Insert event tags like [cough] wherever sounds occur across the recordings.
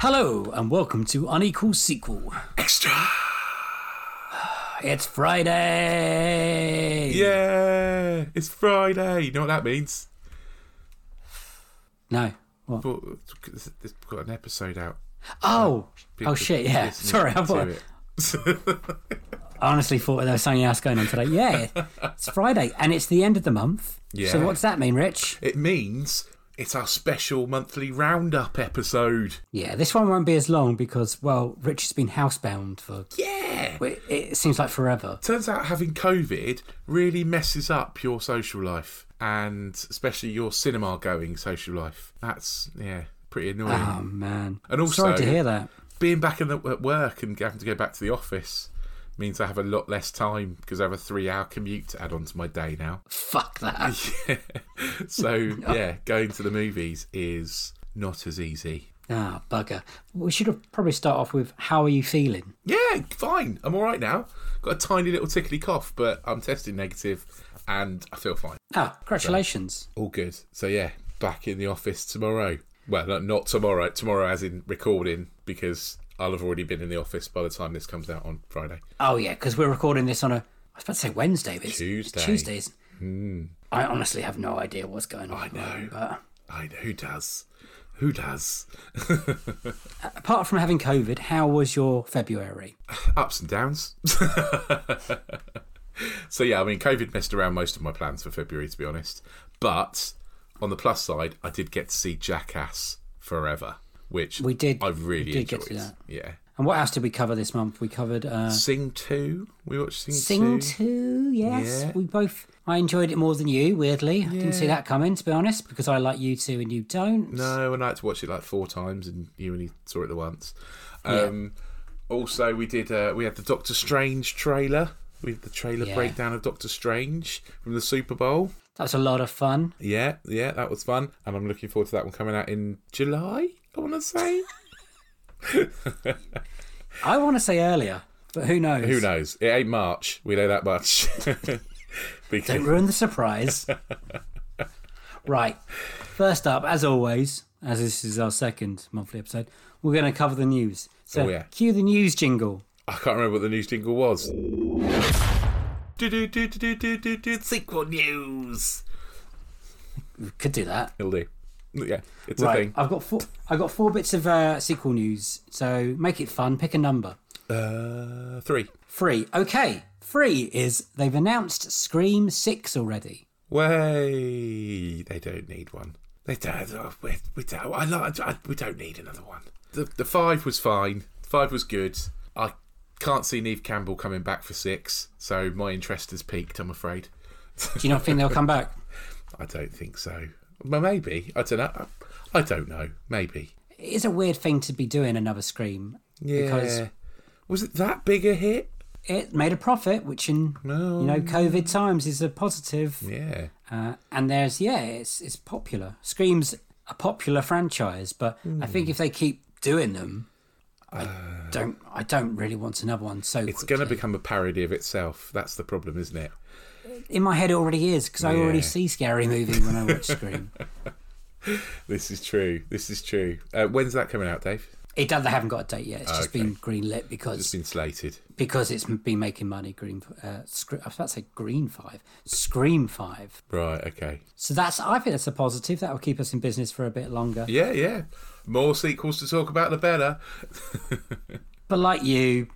Hello, and welcome to Unequal Sequel. Extra. It's Friday! Yeah, it's Friday. You know what that means? No. What? But it's got an episode out. Oh! People Oh shit, yeah. listening Sorry, I, to thought, it. I honestly thought there was something else going on today. [laughs] Yeah, it's Friday, and it's the end of the month. So Yeah. what does that mean, Rich? It means it's our special monthly roundup episode. Yeah, this one won't be as long because, well, Rich has been housebound for. Yeah. It, it seems like forever. Turns out having COVID really messes up your social life and especially your cinema going social life. That's, yeah, pretty annoying. Oh, man. And also- Sorry to hear that. being back in the, at work and having to go back to the office means I have a lot less time because I have a three-hour commute to add on to my day now. Fuck that. [laughs] So yeah, going to the movies is not as easy. Ah, bugger. We should have probably start off with how are you feeling? Yeah, fine. I'm all right now. Got a tiny little tickly cough, but I'm testing negative, and I feel fine. Ah, congratulations. All good. So yeah, back in the office tomorrow. Well, no, not tomorrow. Tomorrow, as in recording, because I'll have already been in the office by the time this comes out on Friday. Oh yeah, because we're recording this on a. I was about to say Wednesday, but it's Tuesday. Hmm. It's Tuesdays. I honestly have no idea what's going on. I know. But I know who does. Who does? apart from having COVID, how was your February? ups and downs. [laughs] so yeah, I mean, COVID messed around most of my plans for February, to be honest. But on the plus side, I did get to see Jackass Forever, which We did- I really we did get enjoyed. to that. Yeah, And what else did we cover this month? We covered uh, Sing Two. We watched Sing, Sing Two. Two. Yes, Yeah. we both. I enjoyed it more than you. Weirdly, I didn't see that coming. To be honest, because I like you two and you don't. No, and I had to watch it like four times, and you only saw it the once. Um, Also, we did. Uh, we had the Doctor Strange trailer. With the trailer Yeah. breakdown of Doctor Strange from the Super Bowl. That was a lot of fun. Yeah, yeah, that was fun, and I'm looking forward to that one coming out in July. I want to say. I want to say earlier, but who knows? Who knows? It ain't March. We know that much. [laughs] Don't because ruin the [laughs] surprise. right. First up, as always, as this is our second monthly episode, we're going to cover the news. So Oh, yeah. cue the news jingle. I can't remember what the news jingle was. Do-do-do-do-do-do-do-do, Sequel news. We could do that. It'll do. Yeah, it's a Right. thing. I've got four. I've got four bits of uh, sequel news. So make it fun. Pick a number. Uh, three. Three. Okay. Three is they've announced Scream Six already. Way. They don't need one. They don't. oh, we, we don't. I, like- I, we don't need another one. The the five was fine. Five was good. I can't see Neve Campbell coming back for six, so my interest has peaked. I'm afraid. Do you not think they'll come back? I don't think so. Well, maybe. I don't know. I don't know. Maybe. It is a weird thing to be doing another Scream. Yeah. Because was it that big a hit? it made a profit, which in you know Mm. COVID times is a positive. Yeah. Uh, and there's yeah, it's it's popular. Scream's a popular franchise, but I think if they keep doing them, Don't I don't really want another one so It's going to quickly. become a parody of itself. That's the problem, isn't it? in my head it already is because I Yeah. already see scary movie when I watch Scream. [laughs] This is true. This is true. Uh, when's that coming out, Dave? It does. They haven't got a date yet. It's just been greenlit It's because been slated. because it's been making money. Green. Uh, Scre- I was about to say Green Five. Scream Five. Right. Okay. So that's. I think that's a positive. That will keep us in business for a bit longer. Yeah. Yeah. More sequels to talk about, the better. But like you,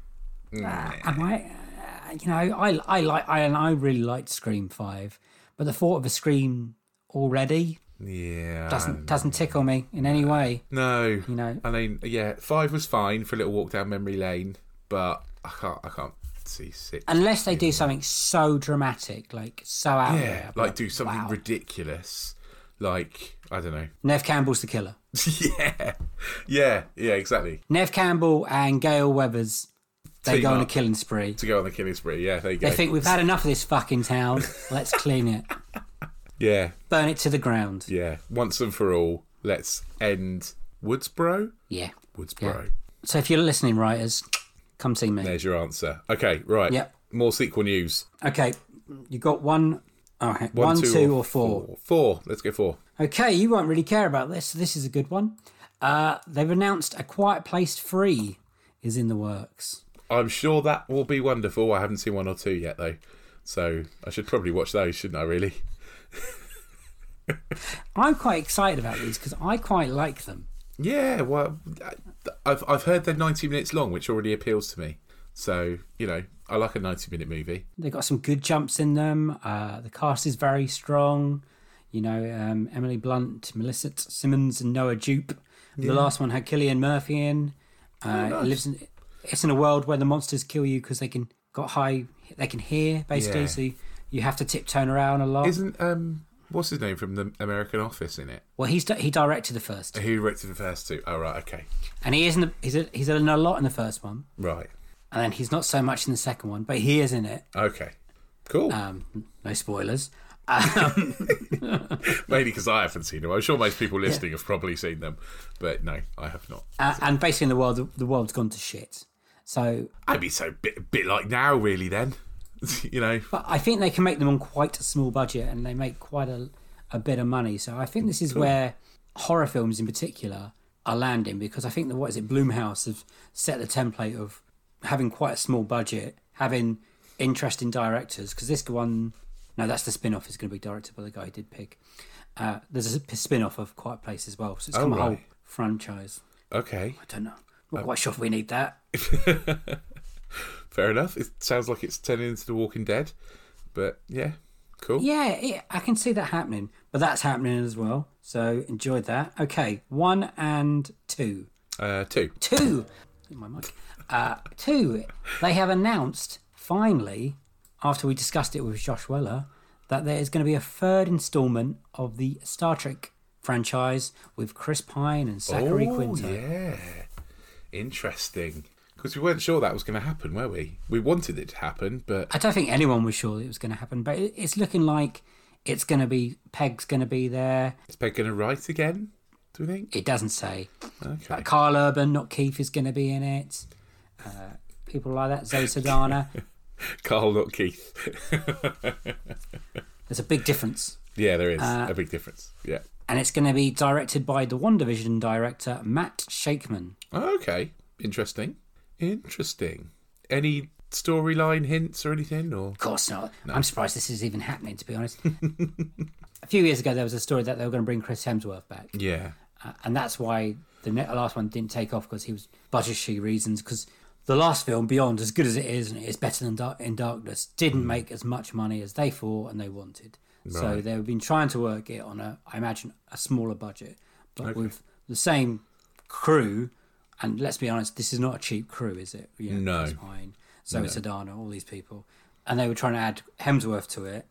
Mm, uh, am I? Uh, you know, I I like I and I really liked Scream Five, but the thought of a Scream already Yeah. doesn't doesn't tickle me in any way. Um, No. You know. I mean, yeah, five was fine for a little walk down memory lane, but I can't. I can't see six. Unless they do something so dramatic, like so out yeah, there, like do something wow. ridiculous. Like I don't know. Nev Campbell's the killer. yeah. Yeah. Yeah. Exactly. Nev Campbell and Gail Weathers, they Team go on a up. killing spree. To go on the killing spree. Yeah. There you go. They think we've had enough of this fucking [laughs] town. Let's clean it, yeah. burn it to the ground. Yeah. Once and for all, let's end Woodsboro. Yeah. Woodsboro. So if you're listening, writers, come see me. There's your answer. Okay. Right. Yep. More sequel news. Okay, you got one. Oh, hang- one, two, or 4 four. Four. Let's go four. Okay, you won't really care about this. This is a good one. Uh, they've announced a Quiet Place Three is in the works. I'm sure that will be wonderful. I haven't seen one or two yet though, so I should probably watch those, shouldn't I? Really? I'm quite excited about these because I quite like them. Yeah. Well, I've I've heard they're 90 minutes long, which already appeals to me. So you know, I like a 90 minute movie. They've got some good jumps in them. Uh, the cast is very strong. You know, um, Emily Blunt, Melissa T- Simmons, and Noah Jupe. The last one had Killian Murphy in. Oh, Uh, it lives in. It's in a world where the monsters kill you because they can got high. They can hear basically, Yeah. so you, you have to tiptoe around a lot. Isn't um what's his name from the American Office in it? well, he's di- he directed the first, Who directed the first two? Oh right, okay, and he isn't. He's a, he's in a lot in the first one, right, and then he's not so much in the second one, but he is in it. okay, cool. Um, no spoilers. [laughs] Mainly because I haven't seen them. I'm sure most people listening have probably seen them, but no, I have not. Uh, and basically, in the world, the, the world's gone to shit. So I'd be so bit bit like now, really. Then, [laughs] you know, But I think they can make them on quite a small budget and they make quite a, a bit of money. So I think this is where horror films in particular are landing because I think the what is it, Bloomhouse have set the template of having quite a small budget, having interesting directors. Because this one, no, that's the spin off, is going to be directed by the guy who did Pig. Uh, there's a spin off of Quiet Place as well. So it's Oh, come a whole right. Oh. franchise. okay. I don't know. Not quite sure if we need that. Fair enough. It sounds like it's turning into The Walking Dead, but yeah, cool. Yeah, it, I can see that happening, but that's happening as well. So enjoyed that. Okay, one and two. Uh, two. Two! In my mic. Uh, two, they have announced finally, after we discussed it with Josh Weller, that there is going to be a third installment of the Star Trek franchise with Chris Pine and Zachary oh Quinto. yeah, interesting. Because we weren't sure that was going to happen, were we? We wanted it to happen, but I don't think anyone was sure it was going to happen, but it, it's looking like it's going to be, Peg's going to be there. is Peg going to write again? Do we think? It doesn't say. Okay. But Carl Urban, not Keith, is going to be in it. Uh, people like that, Zoe Sadana. [laughs] Carl, not Keith. There's a big difference. yeah, there is Uh, a big difference. Yeah. And it's going to be directed by the WandaVision director, Matt Shakeman. Oh, okay. Interesting. Interesting. Any storyline hints or anything? Or Of course not. I'm surprised this is even happening, to be honest. a few years ago, there was a story that they were going to bring Chris Hemsworth back. yeah. Uh, and that's why the ne- last one didn't take off because he was budgetary reasons. Because the last film, Beyond, as good as it is, and it's better than Dark- in Darkness, didn't make as much money as they thought and they wanted. So they've been trying to work it on a, I imagine, a smaller budget, but with the same crew. And let's be honest, this is not a cheap crew, is it? You No. Chris Pine, Zoe Sadana, all these people, and they were trying to add Hemsworth to it.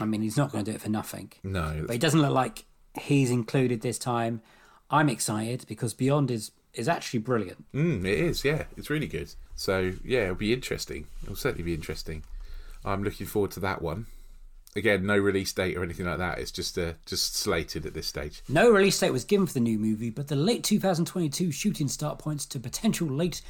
I mean, he's not going to do it for nothing No. but it doesn't look like he's included this time. I'm excited because Beyond is is actually brilliant. Mm, it is, yeah. It's really good. So, yeah, it'll be interesting. It'll certainly be interesting. I'm looking forward to that one. Again, no release date or anything like that. It's just uh, just slated at this stage. No release date was given for the new movie, but the late 2022 shooting start points to potential late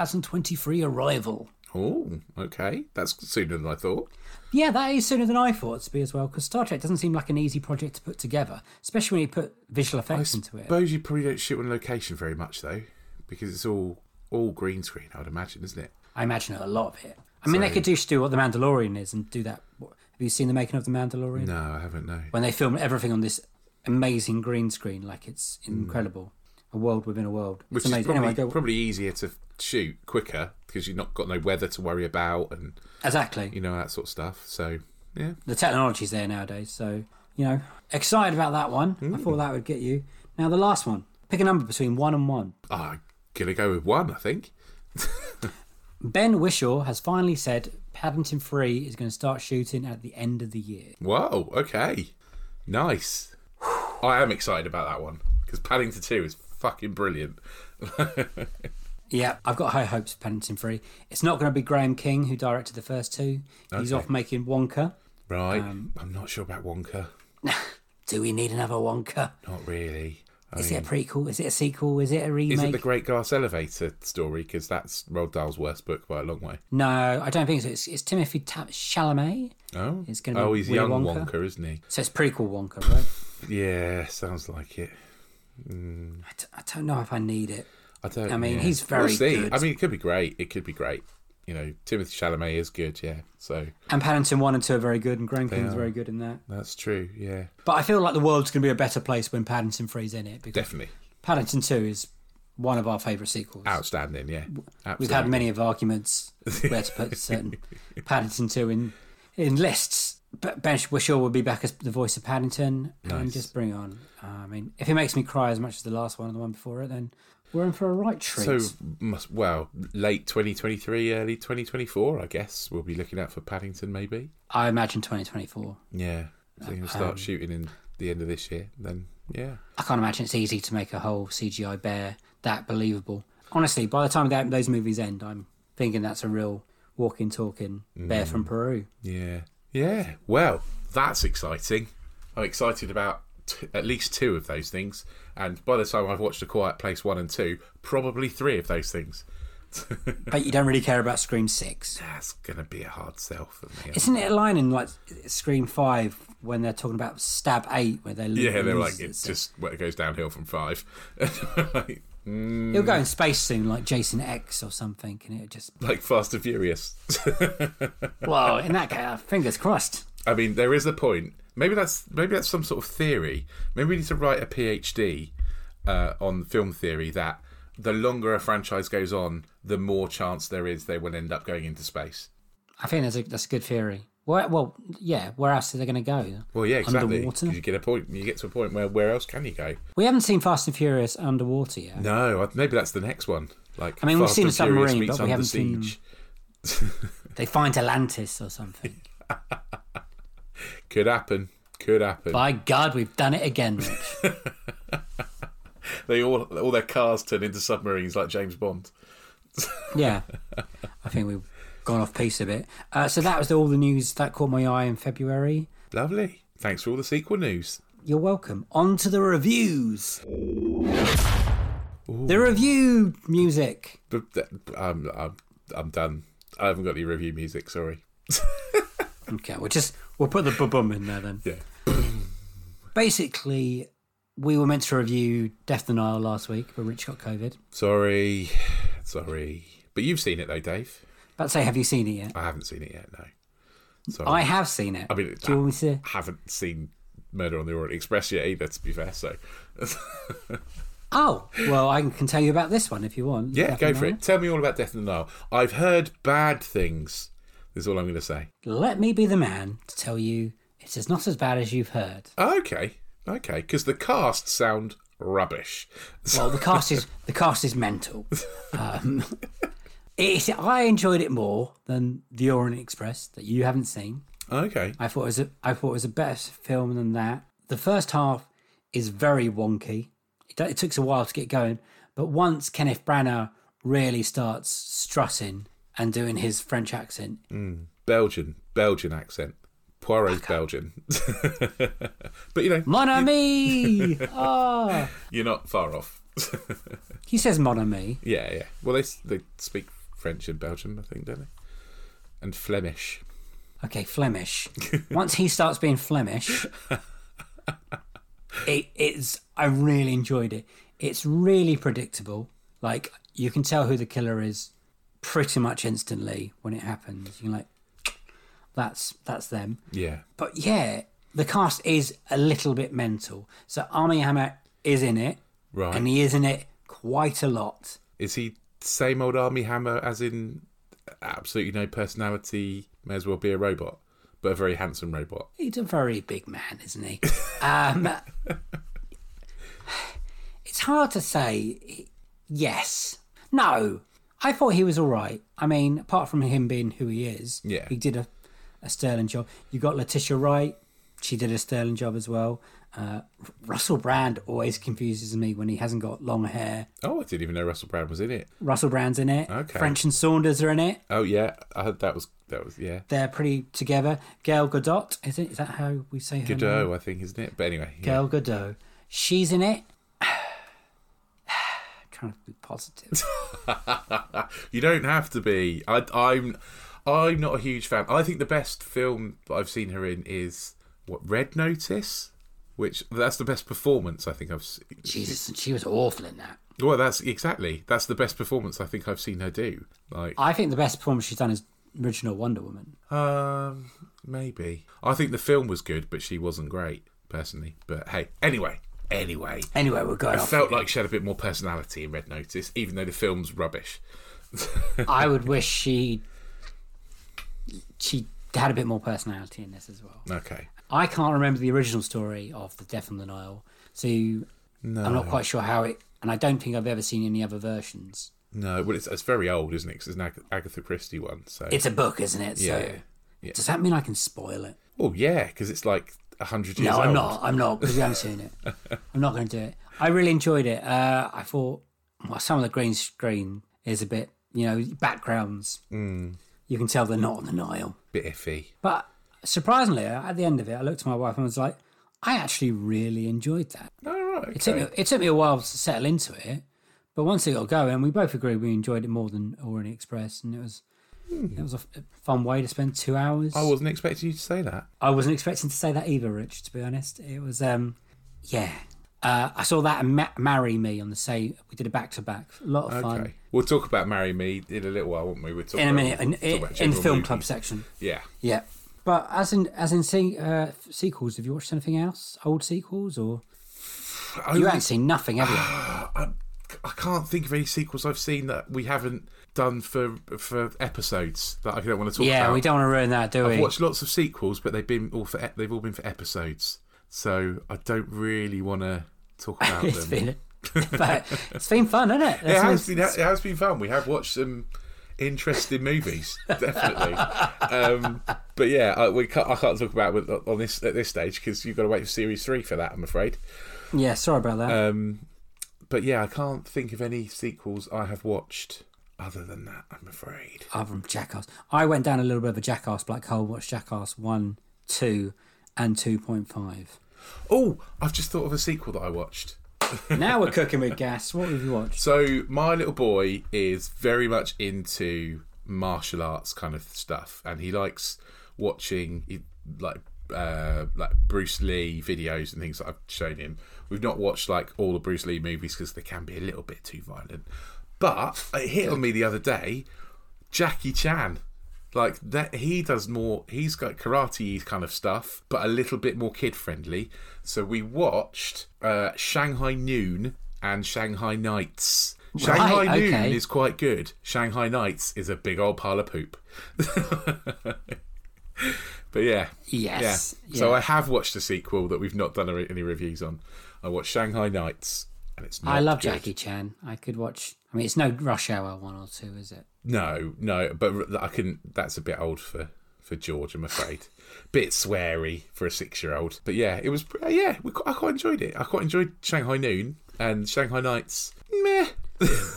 2023 arrival. Oh, okay, that's sooner than I thought. Yeah, that is sooner than I thought it'd be as well, because Star Trek doesn't seem like an easy project to put together, especially when you put visual I effects into it. suppose you probably don't shoot on location very much though, because it's all all green screen. I would imagine, isn't it? I imagine a lot of it. I mean, they So- could just do what The Mandalorian is and do that. Have you seen the making of The Mandalorian? No, I haven't. No. When they film everything on this amazing green screen, like it's incredible. A world within a world. Mm. Which it's is amazing. probably, anyway, go, probably easier to shoot quicker because you've not got no weather to worry about and exactly. you know that sort of stuff. So yeah, the technology's there nowadays. So, you know, excited about that one. I Mm. thought that would get you. Now, the last one. Pick a number between one and one. I'm Ah, gonna go with one. I think. Ben Wishaw has finally said Paddington 3 is going to start shooting at the end of the year. Whoa. Okay. Nice. I am excited about that one because Paddington Two is fucking brilliant. Yeah, I've got high hopes for Paddington 3. It's not going to be Graham King, who directed the first two. He's Okay. off making Wonka. Right. Um, I'm not sure about Wonka. Do we need another Wonka? Not really. I Is mean, it a prequel? Is it a sequel? Is it a remake? is it the Great Glass Elevator story? Because that's Roald Dahl's worst book by a long way. No, I don't think so. It's, it's Timothy Ta- Chalamet. Oh, It's gonna be oh, he's Willy young Wonka. Wonka. isn't he? So it's prequel Wonka, [laughs] right? Yeah, sounds like it. I, d- I don't know if I need it. I don't. I mean, yeah. he's very We'll see. good. I mean, it could be great. It could be great. You know, Timothy Chalamet is good. Yeah, so And Paddington 1 and 2 are very good, and Graham King's are. very good in that. that's true. Yeah, But I feel like the world's going to be a better place when Paddington 3's in it. Because definitely Paddington 2 is one of our favourite sequels. outstanding. Yeah, absolutely. We've had many of arguments where to [laughs] put certain Paddington 2 in, in lists. But Ben Wishaw will be back as the voice of Paddington and Nice. just bring it on. uh, I mean, if it makes me cry as much as the last one and the one before it, then we're in for a right So treat. must well late 2023, early 2024. I guess we'll be looking out for Paddington. Maybe. I imagine 2024. Yeah, Um, so he'll start shooting in the end of this year. Then yeah, I can't imagine it's easy to make a whole CGI bear that believable. Honestly, by the time that those movies end, I'm thinking that's a real walking, talking bear Mm. from Peru. yeah, yeah. Well, that's exciting. I'm excited about t- at least two of those things, and by the time I've watched A Quiet Place one and two, probably three of those things. But you don't really care about Scream Six, That's gonna be a hard sell for me. isn't it? A line in like Scream Five when they're talking about Stab Eight, where they Yeah, they're like it's just well, it goes downhill from five. [laughs] like, he'll Mm. go in space soon, like Jason X or something, and it [laughs] just like Fast and Furious. well, in that case, fingers crossed. I mean, there is a point. Maybe that's maybe that's some sort of theory. Maybe we need to write a PhD uh, on film theory that the longer a franchise goes on, the more chance there is they will end up going into space. I think that's a that's a good theory. Well, well, yeah. Where else are they going to go? Well, yeah, exactly. Underwater? 'Cause You get a point. You get to a point where where else can you go? We haven't seen Fast and Furious underwater yet. No, I, maybe that's the next one. Like, I mean, we've Fast seen and Furious Submarine, but meets we Under haven't seen- Siege. They find Atlantis or something. Could happen. Could happen. By God, we've done it again, Rich. They all all their cars turn into submarines like James Bond. [laughs] yeah. I think we've gone off piece a bit. Uh, so that was all the news that caught my eye in February. Lovely. Thanks for all the sequel news. You're welcome. On to the reviews. The review music. But th- I'm I'm I'm done. I haven't got any review music. Sorry. Okay, we'll just we'll put the bum in there then. Yeah. Basically, we were meant to review Death the Nile last week, but Rich got COVID. Sorry. Sorry. But you've seen it though, Dave. But say, have you seen it yet? I haven't seen it yet. No. Sorry. I have seen it. I mean, do you want me to? haven't seen Murder on the Orient Express yet either. To be fair, so Oh, well, I can tell you about this one if you want. yeah, Death go the for Nile. it. Tell me all about Death in the Nile. I've heard bad things. Is all I'm going to say. Let me be the man to tell you it is not as bad as you've heard. Okay. Okay. Because the cast sound rubbish. [laughs] Well, the cast is the cast is mental. Um, it's, I enjoyed it more than The Orient Express that you haven't seen. Okay. I thought it was a, I thought it was a better film than that. The first half is very wonky. It, do- it took us a while to get going, but once Kenneth Branagh really starts strutting and doing his French accent, Belgian, Belgian accent. Poirot's Belgian. [laughs] but you know, Mon [laughs] ami! Ah. you're not far off. [laughs] He says mon ami. Yeah, yeah. Well, they they speak French in Belgium, I think, don't they? And Flemish. Okay, Flemish. Once he starts being Flemish, it, it's. I really enjoyed it. It's really predictable. Like you can tell who the killer is pretty much instantly when it happens. You're like, that's that's them. Yeah. But yeah, the cast is a little bit mental. So Army Hammer is in it, Right. and he is in it quite a lot. Is he same old army hammer as in absolutely no personality? May as well be a robot, but a very handsome robot. He's a very big man, isn't [laughs] he? um, it's hard to say yes. No. I thought he was all right. I mean, apart from him being who he is, Yeah. he did a, a sterling job. You got Letitia Wright. She did a sterling job as well. Uh, Russell Brand always confuses me when he hasn't got long hair. Oh, I didn't even know Russell Brand was in it. Russell Brand's in it. Okay. French and Saunders are in it. Oh yeah, I heard that was that was yeah. They're pretty together. Gail Godot, is it? Is that how we say her name? Godot, I think, isn't it? But anyway, yeah. Gal Gadot. She's in it. [sighs] trying to be positive. you don't have to be. I, I'm I'm not a huge fan. I think the best film that I've seen her in is what Red Notice, which that's the best performance I think I've. s- [laughs] Jesus, and she was awful in that. Well, that's exactly that's the best performance I think I've seen her do. Like I think the best performance she's done is original Wonder Woman. Um, maybe. I think the film was good, but she wasn't great personally. But hey, anyway, anyway, Anyway, we're going I off. [laughs] felt like she had a bit more personality in Red Notice, even though the film's rubbish. I would wish she she had a bit more personality in this as well. Okay, I can't remember the original story of the Death on the Nile, so I'm not quite sure how it. And I don't think I've ever seen any other versions. no, well, it's it's very old, isn't it? 'Cause it's an Ag- Agatha Christie one. So, It's a book, isn't it? Yeah, so yeah, yeah. does that mean I can spoil it? oh yeah, because it's like a hundred years. No, I'm old. not. I'm not because you haven't seen [laughs] it. I'm not going to do it. I really enjoyed it. Uh, I thought well, some of the green screen is a bit, you know, backgrounds. Mm. Hmm. You can tell they're not on the Nile. Bit iffy. But surprisingly, at the end of it, I looked at my wife and was like, I actually really enjoyed that. All right, okay. It took me, it took me a while to settle into it, but once it got going, we both agreed we enjoyed it more than Orient Express, and it was Hmm. it was a f- a fun way to spend two hours. I wasn't expecting you to say that. I wasn't expecting to say that either, Rich. To be honest, it was um, yeah. Uh, I saw that and Ma- marry me on the same. We did a back to back, a lot of fun. Okay, we'll talk about Marry Me in a little while, won't we? We'll talk In a about- minute, in, talk in, about in the general film movies. club section, Yeah. yeah. But as in as in se- uh, sequels, have you watched anything else? Old sequels or you haven't seen nothing, have [sighs] you? I can't think of any sequels I've seen that we haven't done for for episodes that I don't want to talk about. yeah, we don't want to ruin that, do we? [laughs] I've watched lots of sequels, but they've been all for ep- they've all been for episodes, so I don't really want to talk [laughs] about it's them. [laughs] been, but it's been fun, isn't it? It has been it has been fun. We have watched some interesting movies, definitely. um, but yeah, I, we can't, I can't talk about it on this at this stage because you've got to wait for series three for that. I'm afraid. Yeah, sorry about that. Um, but yeah, I can't think of any sequels I have watched other than that. I'm afraid. other than Jackass. I went down a little bit of a Jackass black hole, watched Jackass 1, 2, and 2.5. Oh, I've just thought of a sequel that I watched. now we're cooking with gas. What have you watched? So my little boy is very much into martial arts kind of stuff, and he likes watching he- like uh, like Bruce Lee videos and things that I've shown him. We've not watched like all the Bruce Lee movies because they can be a little bit too violent. But it hit on me the other day, Jackie Chan. Like that, he does more. He's got karate kind of stuff, but a little bit more kid friendly. So we watched uh, Shanghai Noon and Shanghai Nights. Shanghai Right, Noon okay. is quite good. Shanghai Nights is a big old pile of poop. [laughs] but yeah, Yes, yeah. So yeah. I have watched a sequel that we've not done re- any reviews on. I watched Shanghai Nights, and it's. Not I love good. Jackie Chan. I could watch. I mean, it's no Rush Hour 1 or 2, is it? No, no, but I couldn't. That's a bit old for for George, I'm afraid. bit sweary for a six year old. But yeah, it was. uh, Yeah, we, qu- I quite enjoyed it. I quite enjoyed Shanghai Noon and Shanghai Nights. Meh.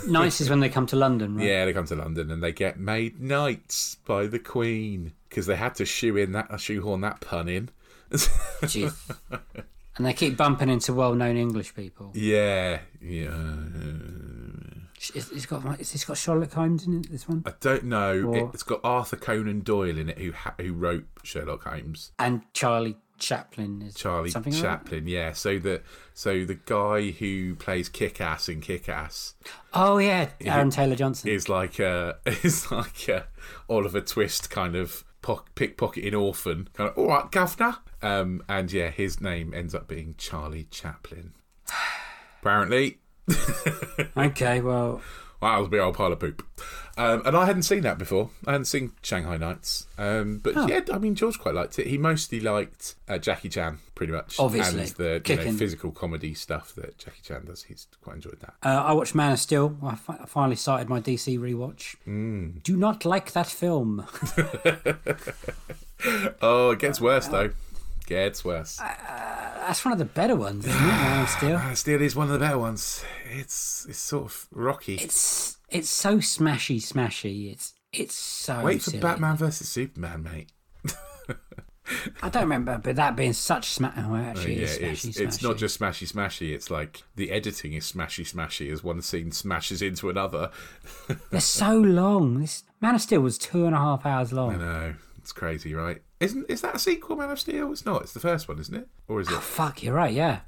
Nice is when they come to London, right? Yeah, they come to London and they get made knights by the Queen because they had to shoe in that shoehorn that pun in. Jeez. and they keep bumping into well-known English people. yeah, yeah. It's, it's got has this got Sherlock Holmes in it? This one I don't know. Or- It's got Arthur Conan Doyle in it, who ha- who wrote Sherlock Holmes. and Charlie Chaplin is Charlie something like that? Chaplin, yeah. So the so the guy who plays Kick Ass in Kick Ass Oh yeah, Aaron Taylor Johnson. is like a [laughs] is like a Oliver Twist kind of po- pickpocketing orphan. Kind of all right, governor. Um, and yeah, his name ends up being Charlie Chaplin. [sighs] Apparently, Okay, well, Wow, that was a big old pile of poop. Um, and I hadn't seen that before. I hadn't seen Shanghai Nights. Um, but yeah, I mean, George quite liked it. He mostly liked uh, Jackie Chan, pretty much. Obviously. And the you know, Kicking. physical comedy stuff that Jackie Chan does. He's quite enjoyed that. uh, I watched Man of Steel. I fi- I finally started my DC rewatch. Mm. Do not like that film. [laughs] Oh, it gets worse, though. Gets worse. Uh, That's one of the better ones, isn't it? Man of [sighs] Steel. Uh, Steel is one of the better ones. It's it's sort of rocky. It's it's so smashy, smashy. It's it's so. Wait for silly. Batman versus Superman, mate. I don't remember, but that being such smash. Oh, actually, yeah, it's it is. smashy, It's not smashy. just smashy, smashy. It's like the editing is smashy, smashy as one scene smashes into another. [laughs] They're so long. This Man of Steel was two and a half hours long. I know. It's crazy, right? Isn't is that a sequel, Man of Steel? It's not. It's the first one, isn't it? [sighs] Or is it? Oh, Fuck, you're right. [laughs] Yeah,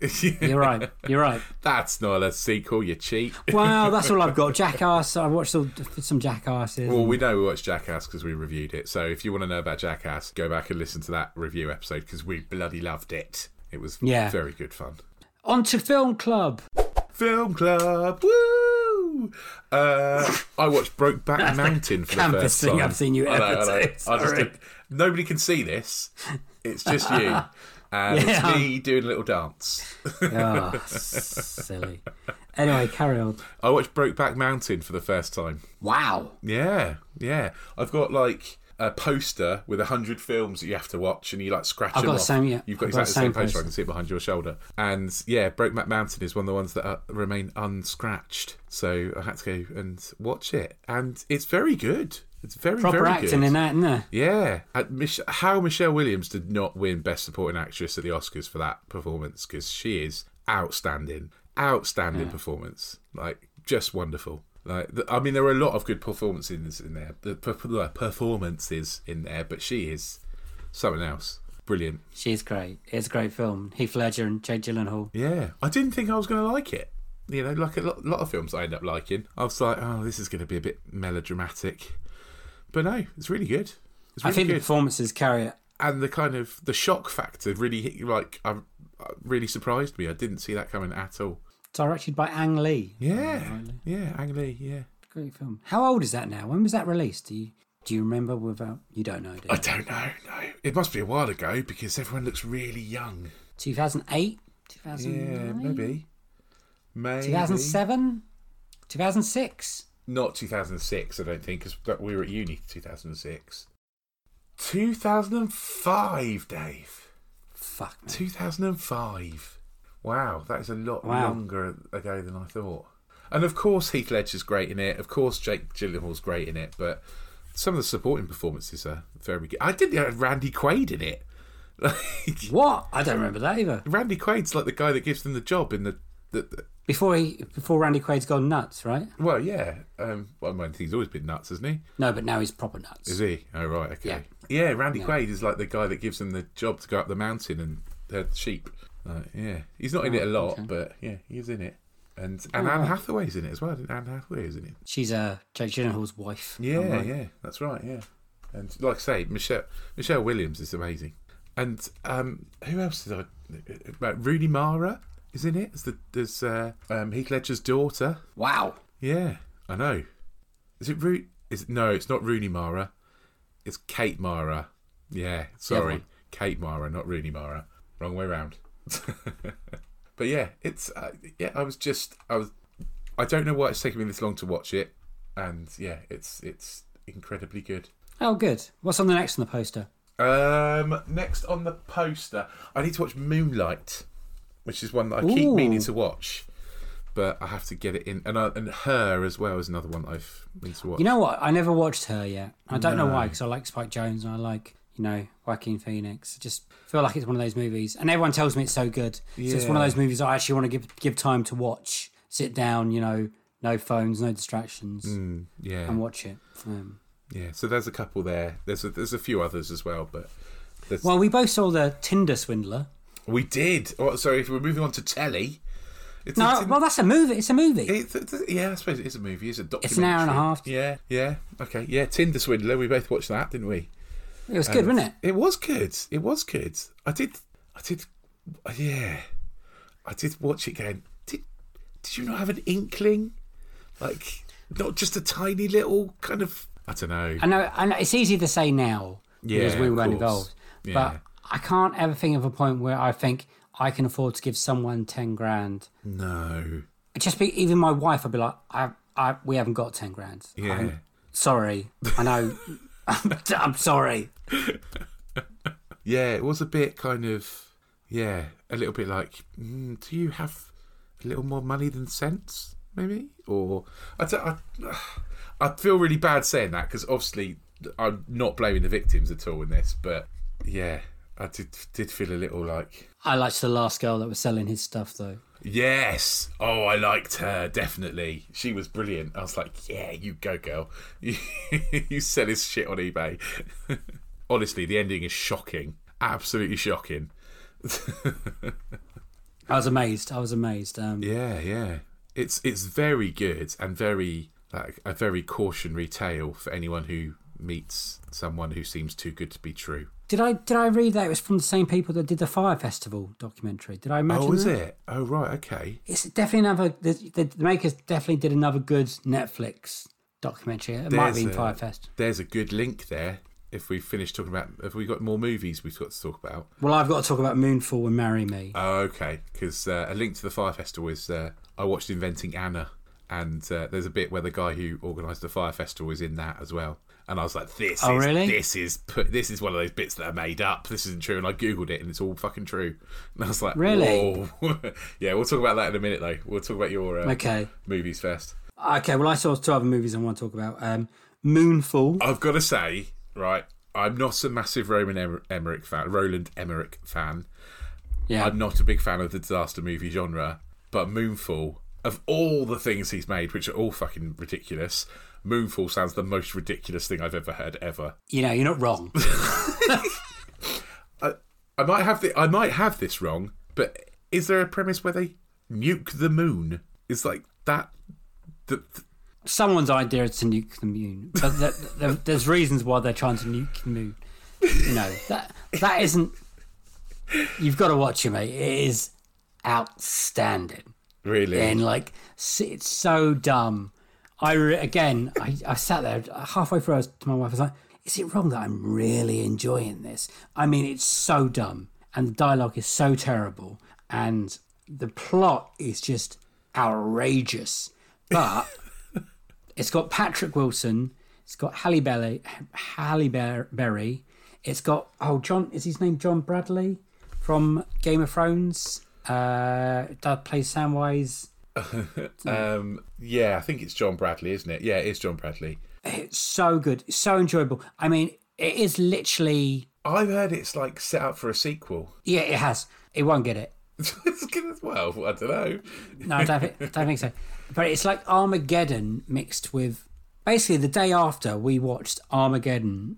you're right. You're right. That's not a sequel. You cheat. Wow, that's all I've got. Jackass. I watched all, some jackasses. Well, we know we watched Jackass because we reviewed it. So if you want to know about Jackass, go back and listen to that review episode because we bloody loved it. It was Yeah. very good fun. On to film club. Film club. Woo! Uh, I watched [laughs] Brokeback Mountain for the campest first thing time. I've seen you I know, ever I know. do, I just sorry. did- nobody can see this. It's just you. [laughs] And Yeah. it's me doing a little dance. [laughs] Oh, silly. Anyway, carry on. I watched Brokeback Mountain for the first time. Wow. Yeah, yeah. I've got like a poster with a hundred films that you have to watch, and you like scratch I've them got the off. same, yeah. You've got I've got the exactly the same, same poster. I poster. can see it behind your shoulder. And yeah, Brokeback Mountain is one of the ones that uh, remain unscratched. So I had to go and watch it, and it's very good. It's very Proper very acting good. in that, isn't there? Yeah, And Mich- how Michelle Williams did not win Best Supporting Actress at the Oscars for that performance because she is outstanding, outstanding performance, like just wonderful. Like, th- I mean, there are a lot of good performances in there, the per- per- performances in there, but she is something else. Brilliant. She's great. It's a great film. Heath Ledger and Jake Gyllenhaal. Yeah, I didn't think I was going to like it. You know, like a lot, lot of films I end up liking, I was like, oh, this is going to be a bit melodramatic, but no, it's really good. It's I really think the good. performances carry it. and the kind of the shock factor really hit you like I really surprised me. I didn't see that coming at all. Directed by Ang Lee. Yeah, yeah, Ang Lee, yeah. Great film. How old is that now? When was that released? Do you do you remember? Without you don't know. Do I don't know. No, it must be a while ago because everyone looks really young. Two thousand eight. Two Yeah, thousand. maybe. Maybe. Two thousand seven. Two thousand six. Not 2006, I don't think, because we were at uni 2006. 2005, Dave. Fuck. Man. 2005. Wow, that is a lot Wow. longer ago than I thought. And of course, Heath Ledger's great in it. Of course, Jake Gyllenhaal's great in it. But some of the supporting performances are very good. I didn't have Randy Quaid in it. [laughs] Like, What? I don't remember that either. Randy Quaid's like the guy that gives them the job in the. the, the Before he, before Randy Quaid's gone nuts, right? well, yeah. Um, well, I mean, he's always been nuts, hasn't he? No, but now he's proper nuts. Is he? Oh, right, okay. Yeah, Yeah. Randy Quaid is like the guy that gives them the job to go up the mountain and herd sheep. Like, yeah, he's not in Oh, it a lot, but yeah, he's in it. And and Anne Hathaway's in it as well. didn't Anne Hathaway is in it. She's uh, Jake Gyllenhaal's wife. Yeah, I'm Oh, right. yeah, that's right. Yeah, and like I say, Michelle Michelle Williams is amazing. And um, who else did I? uh, Rooney Mara is in it. As the there's uh, um, Heath Ledger's daughter. Wow. Yeah, I know. Is it Roo? Is no, it's not Rooney Mara. It's Kate Mara. Yeah, sorry, one. Kate Mara, not Rooney Mara. Wrong way round. [laughs] but yeah, it's uh, yeah. I was just I was I don't know why it's taken me this long to watch it, and yeah, it's it's incredibly good. Oh, good. What's on the next on the poster? Um, next on the poster, I need to watch Moonlight, which is one that I keep Ooh. meaning to watch, but I have to get it in. And I, and her as well is another one I've need to watch. You know what? I never watched her yet. I don't know why, because I like Spike Jones and I like, you know, Joaquin Phoenix. I just feel like it's one of those movies, and everyone tells me it's so good. So it's one of Yeah. those movies I actually want to give give time to watch, sit down, you know, no phones, no distractions, Mm, yeah, and watch it. Um, yeah. So there's a couple there. There's a, there's a few others as well, but there's, well, we both saw the Tinder Swindler. we did. Oh, sorry, if we're moving on to telly, it's No, it's in- well, that's a movie. It's a movie. It's, it's, yeah, I suppose it is a movie. It's a documentary. It's an hour and a half. Yeah, yeah. Okay, yeah. Tinder Swindler. We both watched that, didn't we? It was good, wasn't it? Oh, It was good. It was good. I did. I did. Yeah, I did watch it again. Did Did you not have an inkling? Like, not just a tiny little kind of. I don't know. I know, I know it's easy to say now because Yeah, we of weren't course. involved, Yeah. but I can't ever think of a point where I think I can afford to give someone ten grand. no. Just be even my wife, I'd be like, I, I, we haven't got ten grand. Yeah. I'm sorry, I know. [laughs] I'm sorry. Yeah, it was a bit kind of. Yeah, a little bit like. Mm, do you have a little more money than sense? Maybe or I don't. I, [sighs] I feel really bad saying that because obviously I'm not blaming the victims at all in this, but yeah, I did did feel a little like I liked the last girl that was selling his stuff though. Yes. Oh, I liked her definitely. She was brilliant. I was like, yeah, you go, girl. [laughs] You, you sell this shit on eBay. [laughs] Honestly, the ending is shocking. Absolutely shocking. I was amazed. I was amazed. Um, Yeah, yeah. It's it's very good and very like a very cautionary tale for anyone who meets someone who seems too good to be true. Did I did I read that it was from the same people that did the Fire Festival documentary? Did I imagine? oh, is that? it? Oh, right. Okay. It's definitely another. The, the, the makers definitely did another good Netflix documentary. It might have There's been a- Firefest. There's a good link there. If we finish talking about, have we got more movies we've got to talk about? Well, I've got to talk about Moonfall and Marry Me. Oh, okay. Because uh, a link to the fire festival is uh, I watched Inventing Anna, and uh, there's a bit where the guy who organised the fire festival is in that as well. And I was like, "This, Oh, is, really? This is put. This is one of those bits that are made up. This isn't true." And I googled it, and it's all fucking true. [laughs] And I was like, Really? "Whoa." [laughs] yeah, we'll talk about that in a minute, though. We'll talk about your uh, Okay. movies first. Okay. Well, I saw two other movies I want to talk about. Um, Moonfall. I've got to say, right, I'm not a massive Roman Emer- Emmerich fan, Roland Emmerich fan. Yeah. I'm not a big fan of the disaster movie genre, but Moonfall, of all the things he's made, which are all fucking ridiculous, Moonfall sounds the most ridiculous thing I've ever heard ever. You know, you're not [laughs] wrong. I might have the I might have this wrong, but is there a premise where they nuke the moon? It's like that. The, Someone's idea is to nuke the moon, but th th there's reasons why they're trying to nuke the moon. You know that that isn't. You've got to watch it, mate. It is outstanding. really? and like s- it's so dumb. I re- again, I, I sat there halfway through. I was, to my wife, I was like, "Is it wrong that I'm really enjoying this? I mean, it's so dumb, and the dialogue is so terrible, and the plot is just outrageous." But [laughs] it's got Patrick Wilson, it's got Halle Berry, Halle Ber- Berry, it's got oh John is his name John Bradley from Game of Thrones. Uh, that plays Samwise. um, yeah, I think it's John Bradley, isn't it? Yeah, it is John Bradley. It's so good, it's so enjoyable. I mean, it is literally I've heard it's like set up for a sequel. [laughs] yeah, it has. It won't get it. It's gonna- well, I don't know. No, I don't, thi- [laughs] I don't think so. But it's like Armageddon mixed with basically the day after we watched Armageddon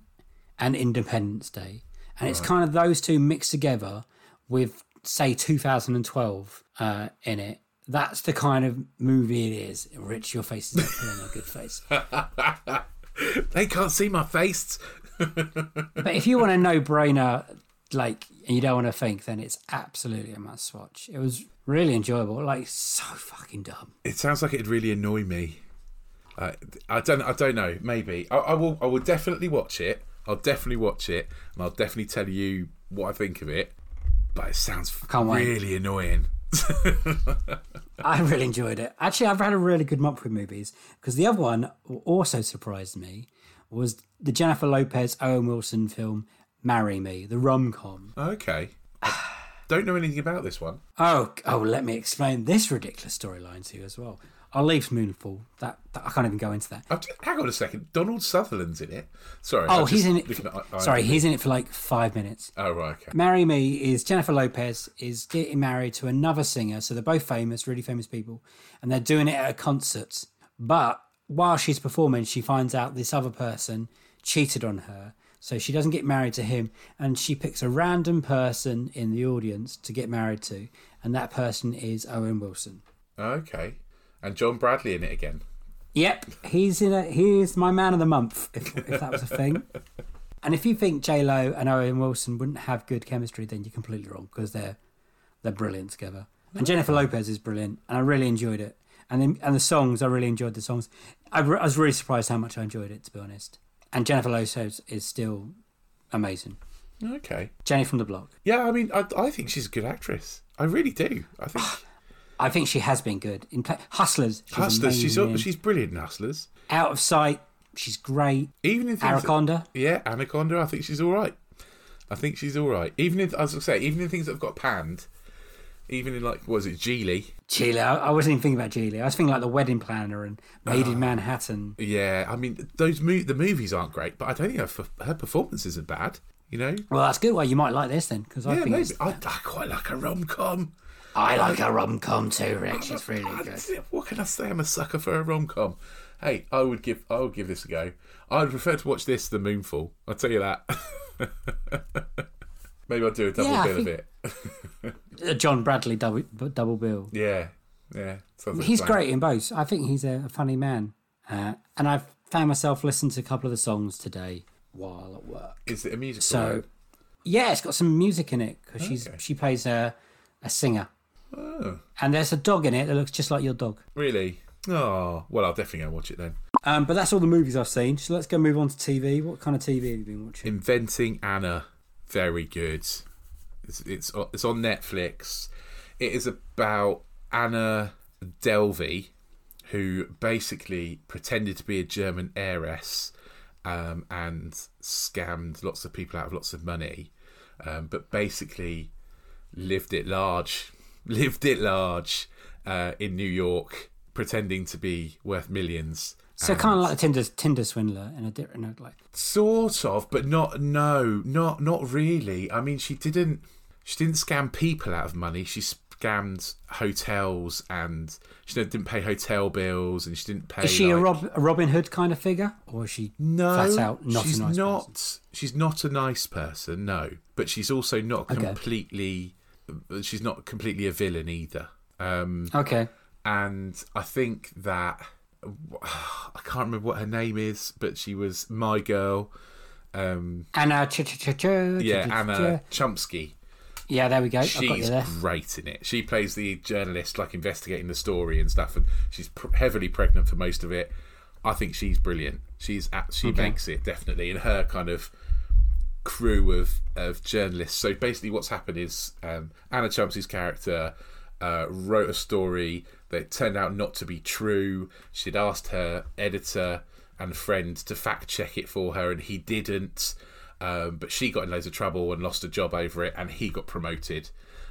and Independence Day, and it's kind of those two mixed together with say 2012 uh, in it. That's the kind of movie it is. Rich, your face is not putting on a good face. They can't see my face. But if you want a no-brainer, like and you don't want to think, then it's absolutely a must-watch. It was really enjoyable. Like so fucking dumb. It sounds like it'd really annoy me. Uh, I don't. I don't know. Maybe I, I will. I will definitely watch it. I'll definitely watch it, and I'll definitely tell you what I think of it. But it sounds Can't wait. really annoying. I really enjoyed it. Actually, I've had a really good month with movies because the other one also surprised me was the Jennifer Lopez Owen Wilson film "Marry Me," the rom com. Okay. Don't know anything about this one. Oh, oh, let me explain this ridiculous storyline to you as well. I'll leave Moonfall. That, that I can't even go into that. I've just, hang on a second. Donald Sutherland's in it. Sorry. Oh, I'm he's just in it. looking for- at I- sorry, IMDb. he's in it for like five minutes. Oh right. Okay. Marry Me is Jennifer Lopez is getting married to another singer, so they're both famous, really famous people, and they're doing it at a concert. But while she's performing, she finds out this other person cheated on her, so she doesn't get married to him, and she picks a random person in the audience to get married to, and that person is Owen Wilson. Okay. And John Bradley in it again. Yep, he's in a he is my man of the month if, if that was a [laughs] thing. And if you think J Lo and Owen Wilson wouldn't have good chemistry, then you're completely wrong because they're they're brilliant together. And Jennifer Lopez is brilliant, and I really enjoyed it. And then, and the songs, I really enjoyed the songs. I, re- I was really surprised how much I enjoyed it, to be honest. And Jennifer Lopez is still amazing. Okay. Jenny from the Block. Yeah, I mean, I, I think she's a good actress. I really do. I think I think she has been good in play- Hustlers. [gasps] She's Hustlers. She's amazing. up, she's brilliant. in Hustlers. out of sight. She's great. Even in things that- Araconda. yeah, Anaconda. I think she's all right. I think she's all right. Even in, as I say, even in things that have got panned, even in like, what was it Geely? Geely. I, I wasn't even thinking about Geely. I was thinking like the wedding planner and Made Ah. in Manhattan. Yeah, I mean, those mo- the movies aren't great, but I don't think her, f- her performances are bad. You know? Well, that's good. Well, you might like this then because I yeah, think maybe. it's- I, I quite like a rom com. I like a rom com too, Rich. It's really [laughs] I- good. What can I say? I'm a sucker for a rom com. Hey, I would give I would give this a go. I would prefer to watch this than Moonfall. I'll tell you that. [laughs] Maybe I'll do a double Yeah, I bill think- of it. Uh, John Bradley double double bill. Yeah, yeah. Sounds like a He's plan. great in both. I think he's a, a funny man. Uh, and I've found myself listening to a couple of the songs today while at work. Is it a musical? So, yeah, it's got some music in it because she's she plays a a singer. Oh. And there's a dog in it that looks just like your dog. really? Oh, well, I'll definitely go watch it then. Um, but that's all the movies I've seen. So let's go move on to TV. What kind of TV have you been watching? Inventing Anna, very good. It's it's o- it's on Netflix. It is about Anna Delvey, who basically pretended to be a German heiress, um, and scammed lots of people out of lots of money, um, but basically lived it large, [laughs] lived it large uh, in New York, pretending to be worth millions. So kind of like the Tinder Tinder swindler in a different like. sort of but not no not not really i mean she didn't she didn't scam people out of money she scammed hotels and she didn't pay hotel bills and she didn't pay Is she a, like- Rob, a Robin Hood kind of figure, or is she no flat out not she's a nice not person? she's not a nice person no but she's also not Okay. completely she's not completely a villain either um Okay, and I think that [sighs] I can't remember what her name is, but she was my girl. Um, Anna Ch Ch Ch Ch. yeah, Ch- Ch- Anna Ch- Chomsky. Yeah, there we go. I've got you She's there. great in it. She plays the journalist, like investigating the story and stuff, and she's pr- heavily pregnant for most of it. I think she's brilliant. She's at, she makes it definitely, and her kind of crew of of journalists. So basically, what's happened is um, Anna Chomsky's character uh, wrote a story that turned out not to be true. She'd asked her editor and friend to fact check it for her, and he didn't. Um, but she got in loads of trouble and lost a job over it, and he got promoted.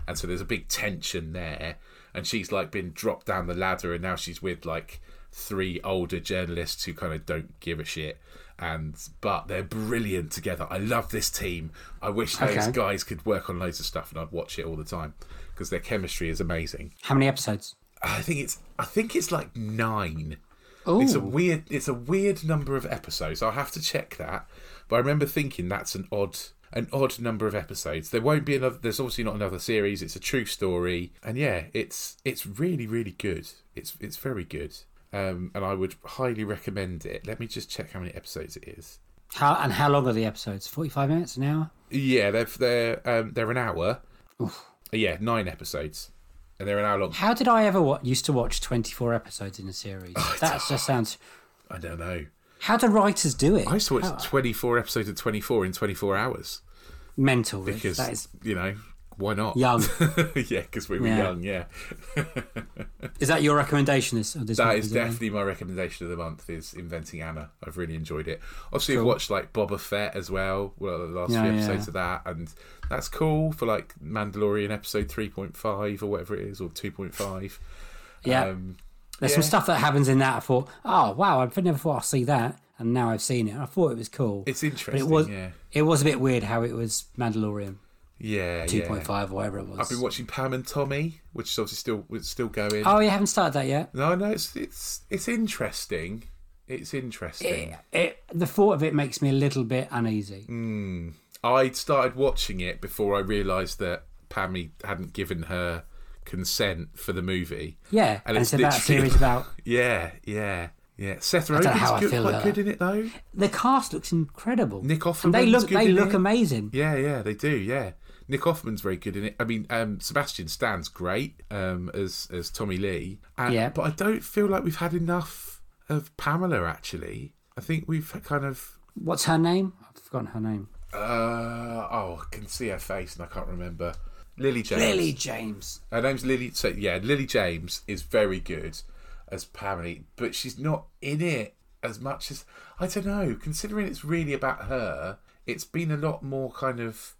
And so there's a big tension there. And she's like been dropped down the ladder, and now she's with like three older journalists who kind of don't give a shit and but they're brilliant together i love this team i wish those Okay. guys could work on loads of stuff and i'd watch it all the time because their chemistry is amazing How many episodes? i think it's i think it's like nine Oh, it's a weird it's a weird number of episodes i'll have to check that but i remember thinking that's an odd an odd number of episodes there won't be another there's obviously not another series it's a true story and yeah it's it's really really good it's it's very good um, and i would highly recommend it let me just check how many episodes it is how and how long are the episodes? Forty-five minutes, an hour. Yeah, they're they're um, they're an hour. Yeah, nine episodes, and they're an hour long. How did I ever wa- used to watch twenty-four episodes in a series? Oh, that just sounds. I don't know. How do writers do it? I used to How- watch twenty four episodes of twenty four in twenty four hours mental. Rich. because That is you know Why not? Young. [laughs] yeah, because we were Yeah. young. Yeah, Is that your recommendation? This, of this that month, is it? definitely my recommendation of the month. Is Inventing Anna. I've really enjoyed it. Obviously, I've watched like Boba Fett as well. Well, the last Yeah, few yeah. episodes of that, and that's cool for like Mandalorian episode three point five or whatever it is, or two point five. Yeah. Um, There's some stuff that happens in that. I thought, oh wow, I never thought I'll see that, and now I've seen it. I thought it was cool. It's But it interesting. was yeah, it was a bit weird how it was Mandalorian yeah, two yeah. point five or whatever it was. I've been watching Pam and Tommy, which is obviously still it's still going. oh, you haven't started that yet. No, no, it's it's it's interesting. It's interesting. It, the thought of it makes me a little bit uneasy. Mm. I'd started watching it before I realised that Pammy hadn't given her consent for the movie. Yeah, And and, it's it's, about a literally- series about [laughs] Yeah, yeah, yeah. Seth don't know Rogen's how I good, feel quite about good that. in it though. the cast looks incredible. Nick and they Offerman's look good they in look it. amazing. Yeah, yeah, they do. Yeah, Nick Offerman's very good in it. I mean, um, Sebastian Stan's great um, as as Tommy Lee. And, Yeah. but I don't feel like we've had enough of Pamela. Actually, I think we've kind of What's her name? I've forgotten her name. Uh, oh, I can see her face and I can't remember. Lily James. Lily James. Her name's Lily. So yeah, Lily James is very good as Pamela, but she's not in it as much as I don't know. Considering it's really about her, it's been a lot more kind of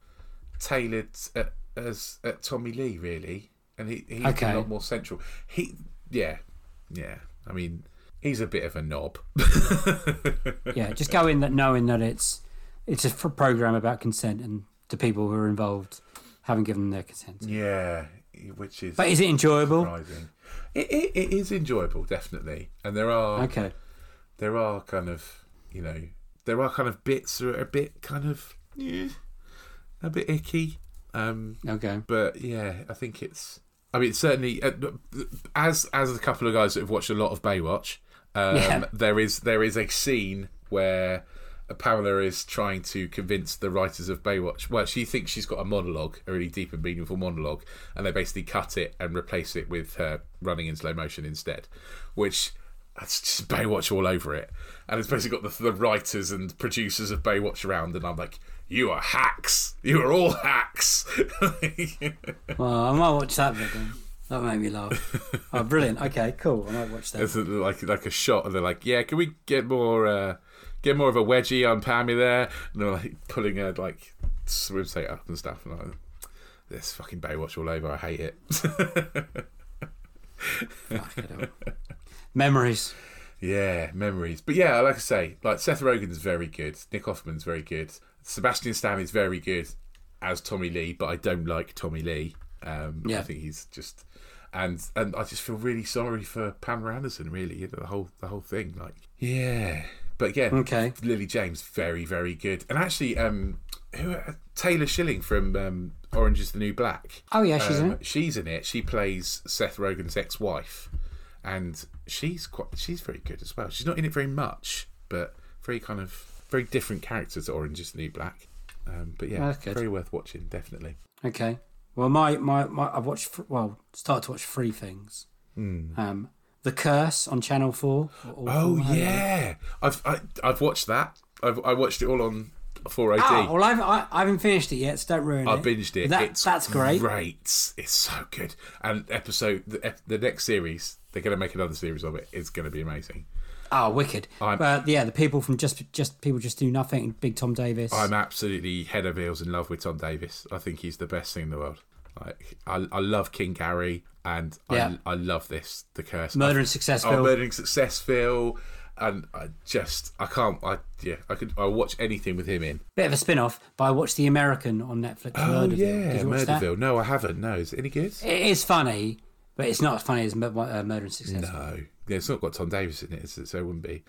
tailored at, as at Tommy Lee really, and he, he's Okay. a lot more central. He, yeah, yeah. I mean, he's a bit of a knob. [laughs] Yeah, just go in that knowing that it's it's a f- program about consent and the people who are involved haven't given their consent. yeah, which is. But is it enjoyable? surprising. It, it, it is enjoyable, definitely, and there are Okay. there are kind of you know there are kind of bits that are a bit kind of eh, a bit icky. Um, Okay. but yeah, I think it's. I mean, certainly uh, as as a couple of guys that have watched a lot of Baywatch, um, Yeah. there is there is a scene where Pamela is trying to convince the writers of Baywatch. Well, she thinks she's got a monologue, a really deep and meaningful monologue, and they basically cut it and replace it with her running in slow motion instead, which. That's just Baywatch all over it, and it's basically got the, the writers and producers of Baywatch around, and I'm like, "You are hacks! You are all hacks!" [laughs] Well, I might watch that bit then. That made me laugh. [laughs] Oh, brilliant. Okay, cool. I might watch that. It's like like a shot, and they're like, "Yeah, can we get more uh, get more of a wedgie on Pammy there?" And they're like pulling her like swim state up and stuff, and I'm like, "This fucking Baywatch all over. I hate it." Memories. yeah, memories. But yeah, like I say, like Seth Rogen's very good. Nick Offerman's very good. Sebastian Stan is very good as Tommy Lee, but I don't like Tommy Lee. Um, I Yeah. think he's just. And and I just feel really sorry for Pamela Anderson, really, you know, the whole the whole thing. Like, yeah, but again, Okay. Lily James, very, very good. And actually, um, who Taylor Schilling from um, Orange is the New Black. Oh, yeah, she's in Um, it. She's in it. She plays Seth Rogen's ex-wife, and she's quite. She's very good as well. She's not in it very much, but very kind of very different character to Orange is the New Black. Um, but yeah, That's good. very worth watching, definitely. Okay. Well, my, my, my I've watched, fr- well, started to watch three things. Um, the Curse on Channel 4. or- or Hmm. Oh 4, yeah, I've I, I've watched that. I've I watched it all on 4AD. Oh, well, I've, I, I haven't finished it yet, so don't ruin I it. binged it. That, it's that's great. Great. It's so good. And episode the, ep- the next series, they're going to make another series of it. It's going to be amazing. Oh, wicked. I'm- But yeah, the people from Just just People Just Do Nothing, Big Tom Davis. I'm absolutely head over heels in love with Tom Davis. I think he's the best thing in the world. Like I, I love King Gary, and Yeah. I, I love this. The curse. Murder and I- Successful. Oh, murdering successful. And I just I can't I yeah I could I'll watch anything with him in. Bit of a spin off, but I watched The American on Netflix. Oh Murderville. yeah, Did you watch that? Murderville. No, I haven't. No, is it any good? It is funny, but it's not as funny as Mur- uh, Murder and Success. No, yeah, it's not got Tom Davis in it, so so it wouldn't be.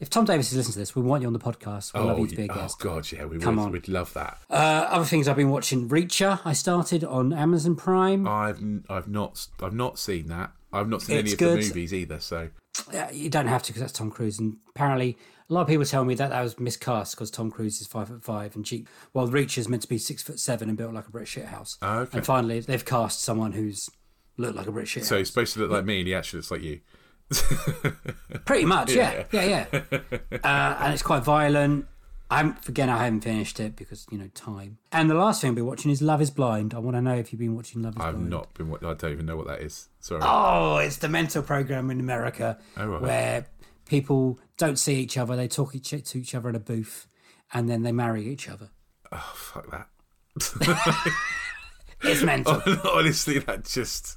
If Tom Davis is listening to this, we want you on the podcast. We'd love you to be a oh, guest. God, yeah, we Come would. on. We'd love that. uh, other things I've been watching Reacher, I started on Amazon Prime. I've n- I've not I've not seen that. I've not seen any It's of good. the movies either. So Uh, you don't have to because that's Tom Cruise. And apparently, a lot of people tell me that that was miscast because Tom Cruise is five foot five and cheap, while Reacher's meant to be six foot seven and built like a British shithouse. Oh, okay. And finally, they've cast someone who's looked like a British shithouse. so he's supposed to look like me, and he actually looks like you. [laughs] Pretty much, yeah, yeah, yeah. uh, and it's quite violent. I'm again I haven't finished it because you know time. And the last thing I'll be watching is Love Is Blind. I want to know if you've been watching Love Is I've Blind. not been. wa- I don't even know what that is. Sorry. Oh, it's the mental program in America Oh, right. where people don't see each other. They talk each, to each other at a booth, and then they marry each other. Oh, fuck that. [laughs] It's mental. [laughs] Honestly, that Uh, just.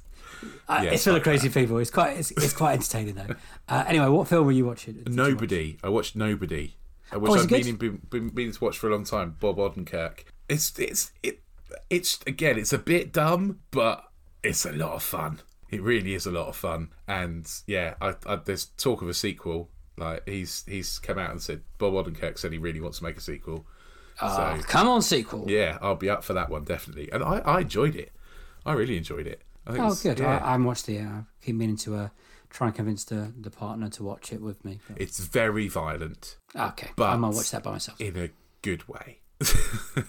Oh, yeah, it's full of crazy people. It's quite it's, it's quite entertaining [laughs] though. Uh, anyway, what film were you watching? Did you watch? Nobody. I watched Nobody, uh, which Oh, is I've it good? been, been, been meaning to watch for a long time. Bob Odenkirk. It's it's it it's again. It's a bit dumb, but it's a lot of fun. It really is a lot of fun. And yeah, I, I, there's talk of a sequel. Like he's he's come out and said Bob Odenkirk said he really wants to make a sequel. Oh, come on, sequel. Yeah, I'll be up for that one definitely. And I, I enjoyed it. I really enjoyed it. I think Oh, it's- good. yeah. I, I'm watched the. Uh, I keep meaning to uh, try and convince the, the partner to watch it with me. but- It's very violent okay, but- I might watch that by myself in a good way.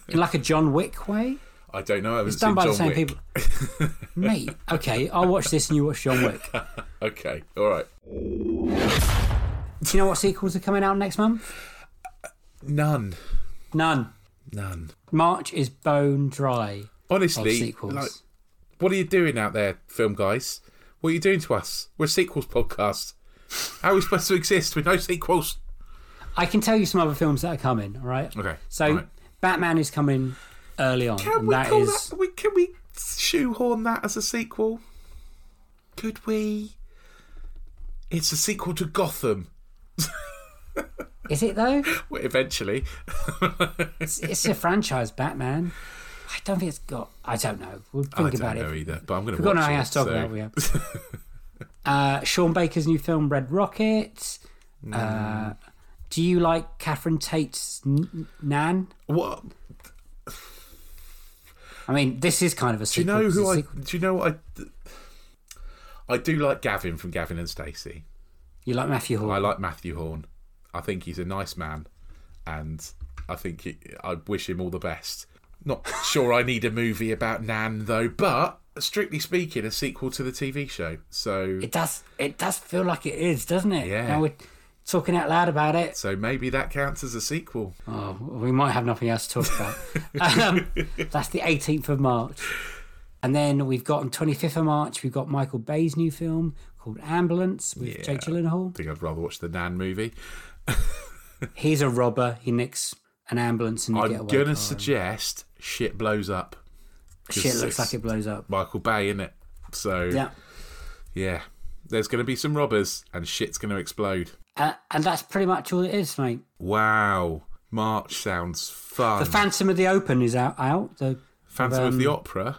in like a John Wick way. I don't know. I haven't It's done seen by John the same Wick. people. [laughs] Mate, okay, I'll watch this and you watch John Wick. Okay, all right. Do you know what sequels are coming out next month? None, None. none. March is bone dry of Honestly, sequels. like, what are you doing out there, film guys? What are you doing to us? We're a sequels podcast. How are we supposed to exist with no sequels? I can tell you some other films that are coming. All right. Okay, So right. Batman is coming early on, Can and we that call is that? We, can we shoehorn that as a sequel? Could we? It's a sequel to Gotham. is it though? Well, eventually, It's, it's a franchise, Batman. I don't think it's got. I don't know. We'll think I don't about know it. either. But I'm going to We've got watch an it. ass talk so- about we have. [laughs] uh, Sean Baker's new film, Red Rocket. Uh, do you like Catherine Tate's n- n- Nan? What? I mean, this is kind of a Do you sequel. know 'cause who it's I? a Do you know what I? I do like Gavin from Gavin and Stacey. You like Matthew Hall? I like Matthew Horn. I think he's a nice man, and I think he, I wish him all the best. Not sure I need a movie about Nan though, but strictly speaking, a sequel to the TV show. So, It does. It does feel like it is, doesn't it? Yeah. Now we're talking out loud about it. so maybe that counts as a sequel. Oh, we might have nothing else to talk [laughs] about. um, that's the 18th of March, and then we've got on 25th of March we've got Michael Bay's new film called Ambulance with Jake I Gyllenhaal. think I'd rather watch the Nan movie. He's a robber. He nicks an ambulance and you get I'm away. gonna suggest shit blows up. Shit looks it's- like it blows up. Michael Bay in it. So Yeah. yeah. there's gonna be some robbers and shit's gonna explode. Uh, and that's pretty much all it is, mate. Wow, March sounds fun. The Phantom of the Open is out. out the Phantom of um, the Opera.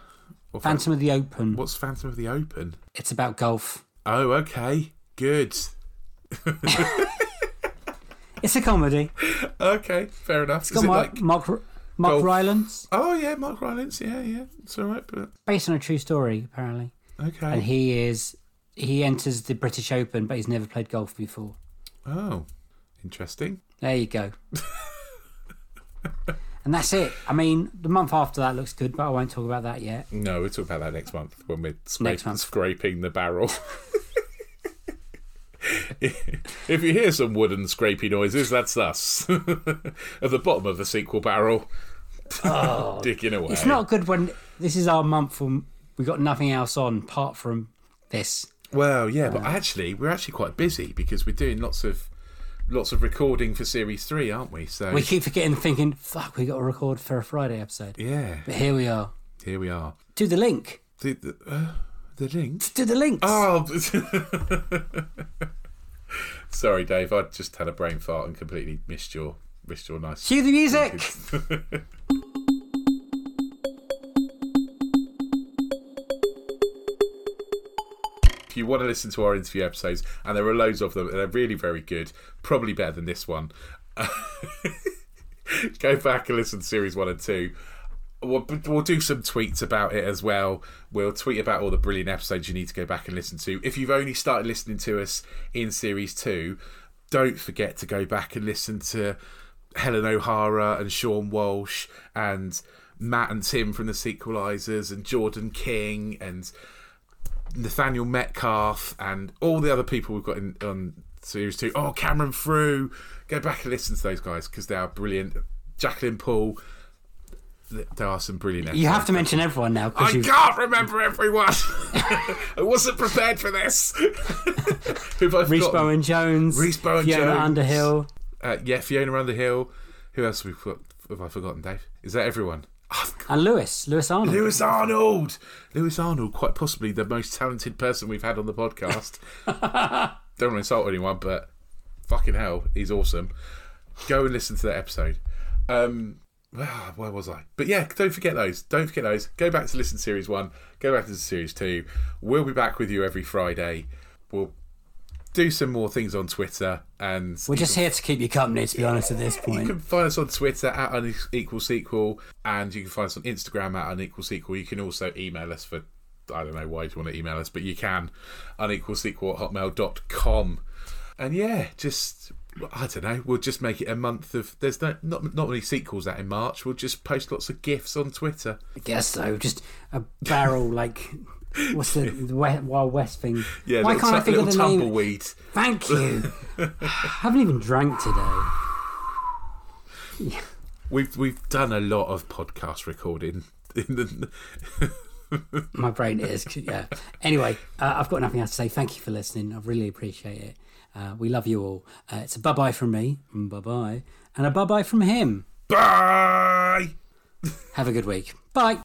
Or Phan- Phantom of the Open. What's Phantom of the Open? It's about golf. Oh, okay. Good. It's a comedy. Okay, fair enough. It's got Mark, Mark, Mark golf? Rylance, Oh yeah, Mark Rylance. Yeah, yeah. It's all right, but based on a true story, apparently. okay. And he is he enters the British Open, but he's never played golf before. Oh, interesting. There you [laughs] go. and that's it. I mean, the month after that looks good, but I won't talk about that yet. No, we'll talk about that next month when we're Next scraping, month. scraping the barrel. [laughs] if you hear some wooden scrapey noises, that's us [laughs] at the bottom of the sequel barrel, [laughs] digging away. Oh. It's not good when this is our month when we got nothing else on apart from this. Well, yeah, but actually, we're actually quite busy because we're doing lots of lots of recording for series three, aren't we? So We keep forgetting, thinking, "Fuck, we got to record for a Friday episode." yeah, But here we are. here we are. Do the link. The the, uh, the link. Do the links. Oh, [laughs] sorry, Dave. I just had a brain fart and completely missed your missed your nice. Cue the music. If you want to listen to our interview episodes, and there are loads of them, and they're really very good, probably better than this one. [laughs] Go back and listen to series one and two. We'll, we'll do some tweets about it as well. We'll tweet about all the brilliant episodes you need to go back and listen to. If you've only started listening to us in series two, don't forget to go back and listen to Helen O'Hara and Sean Walsh and Matt and Tim from the Sequelizers and Jordan King and Nathaniel Metcalf and all the other people we've got in, on series two. Oh, Cameron Frew. Go back and listen to those guys because they are brilliant. Jacqueline Paul. th- There are some brilliant. You have episodes. to mention everyone now I because you. can't remember everyone. [laughs] I wasn't prepared for this. [laughs] Who've I Reese forgotten? Bowen Jones, Rhys Bowen Fiona Jones. Underhill. Uh, yeah, Fiona Underhill. Who else have, we for- have I forgotten, Dave? Is that everyone? Oh, And Lewis, Lewis Arnold. Lewis Arnold. Lewis Arnold, quite possibly the most talented person we've had on the podcast. [laughs] Don't want to insult anyone, but fucking hell, he's awesome. Go and listen to that episode. Um, ah, where was I? But yeah, don't forget those. Don't forget those. Go back to listen to series one. Go back to series two. We'll be back with you every Friday. We'll do some more things on Twitter, and We're just here to keep you company, to be honest, at this you point. can find us on Twitter at unequal sequel, and you can find us on Instagram at unequal sequel. You can also email us for I don't know why you want to email us, but you can unequal sequel at hotmail.com. And yeah, just I don't know. We'll just make it a month of there's no not not many sequels out in March. We'll just post lots of gifs on Twitter. I guess so. Just a barrel, like. What's [laughs] the, the West, Wild West thing? Yeah, Why little, can't I tu- think of little the name? tumbleweed. Thank you. [sighs] I haven't even drank today. We've we've done a lot of podcast recording. [laughs] In the, My brain is, yeah. Anyway, uh, I've got nothing else to say. Thank you for listening. I really appreciate it. Uh, we love you all. Uh, it's a bye bye from me, bye bye, and a bye bye from him. bye. Have a good week. Bye.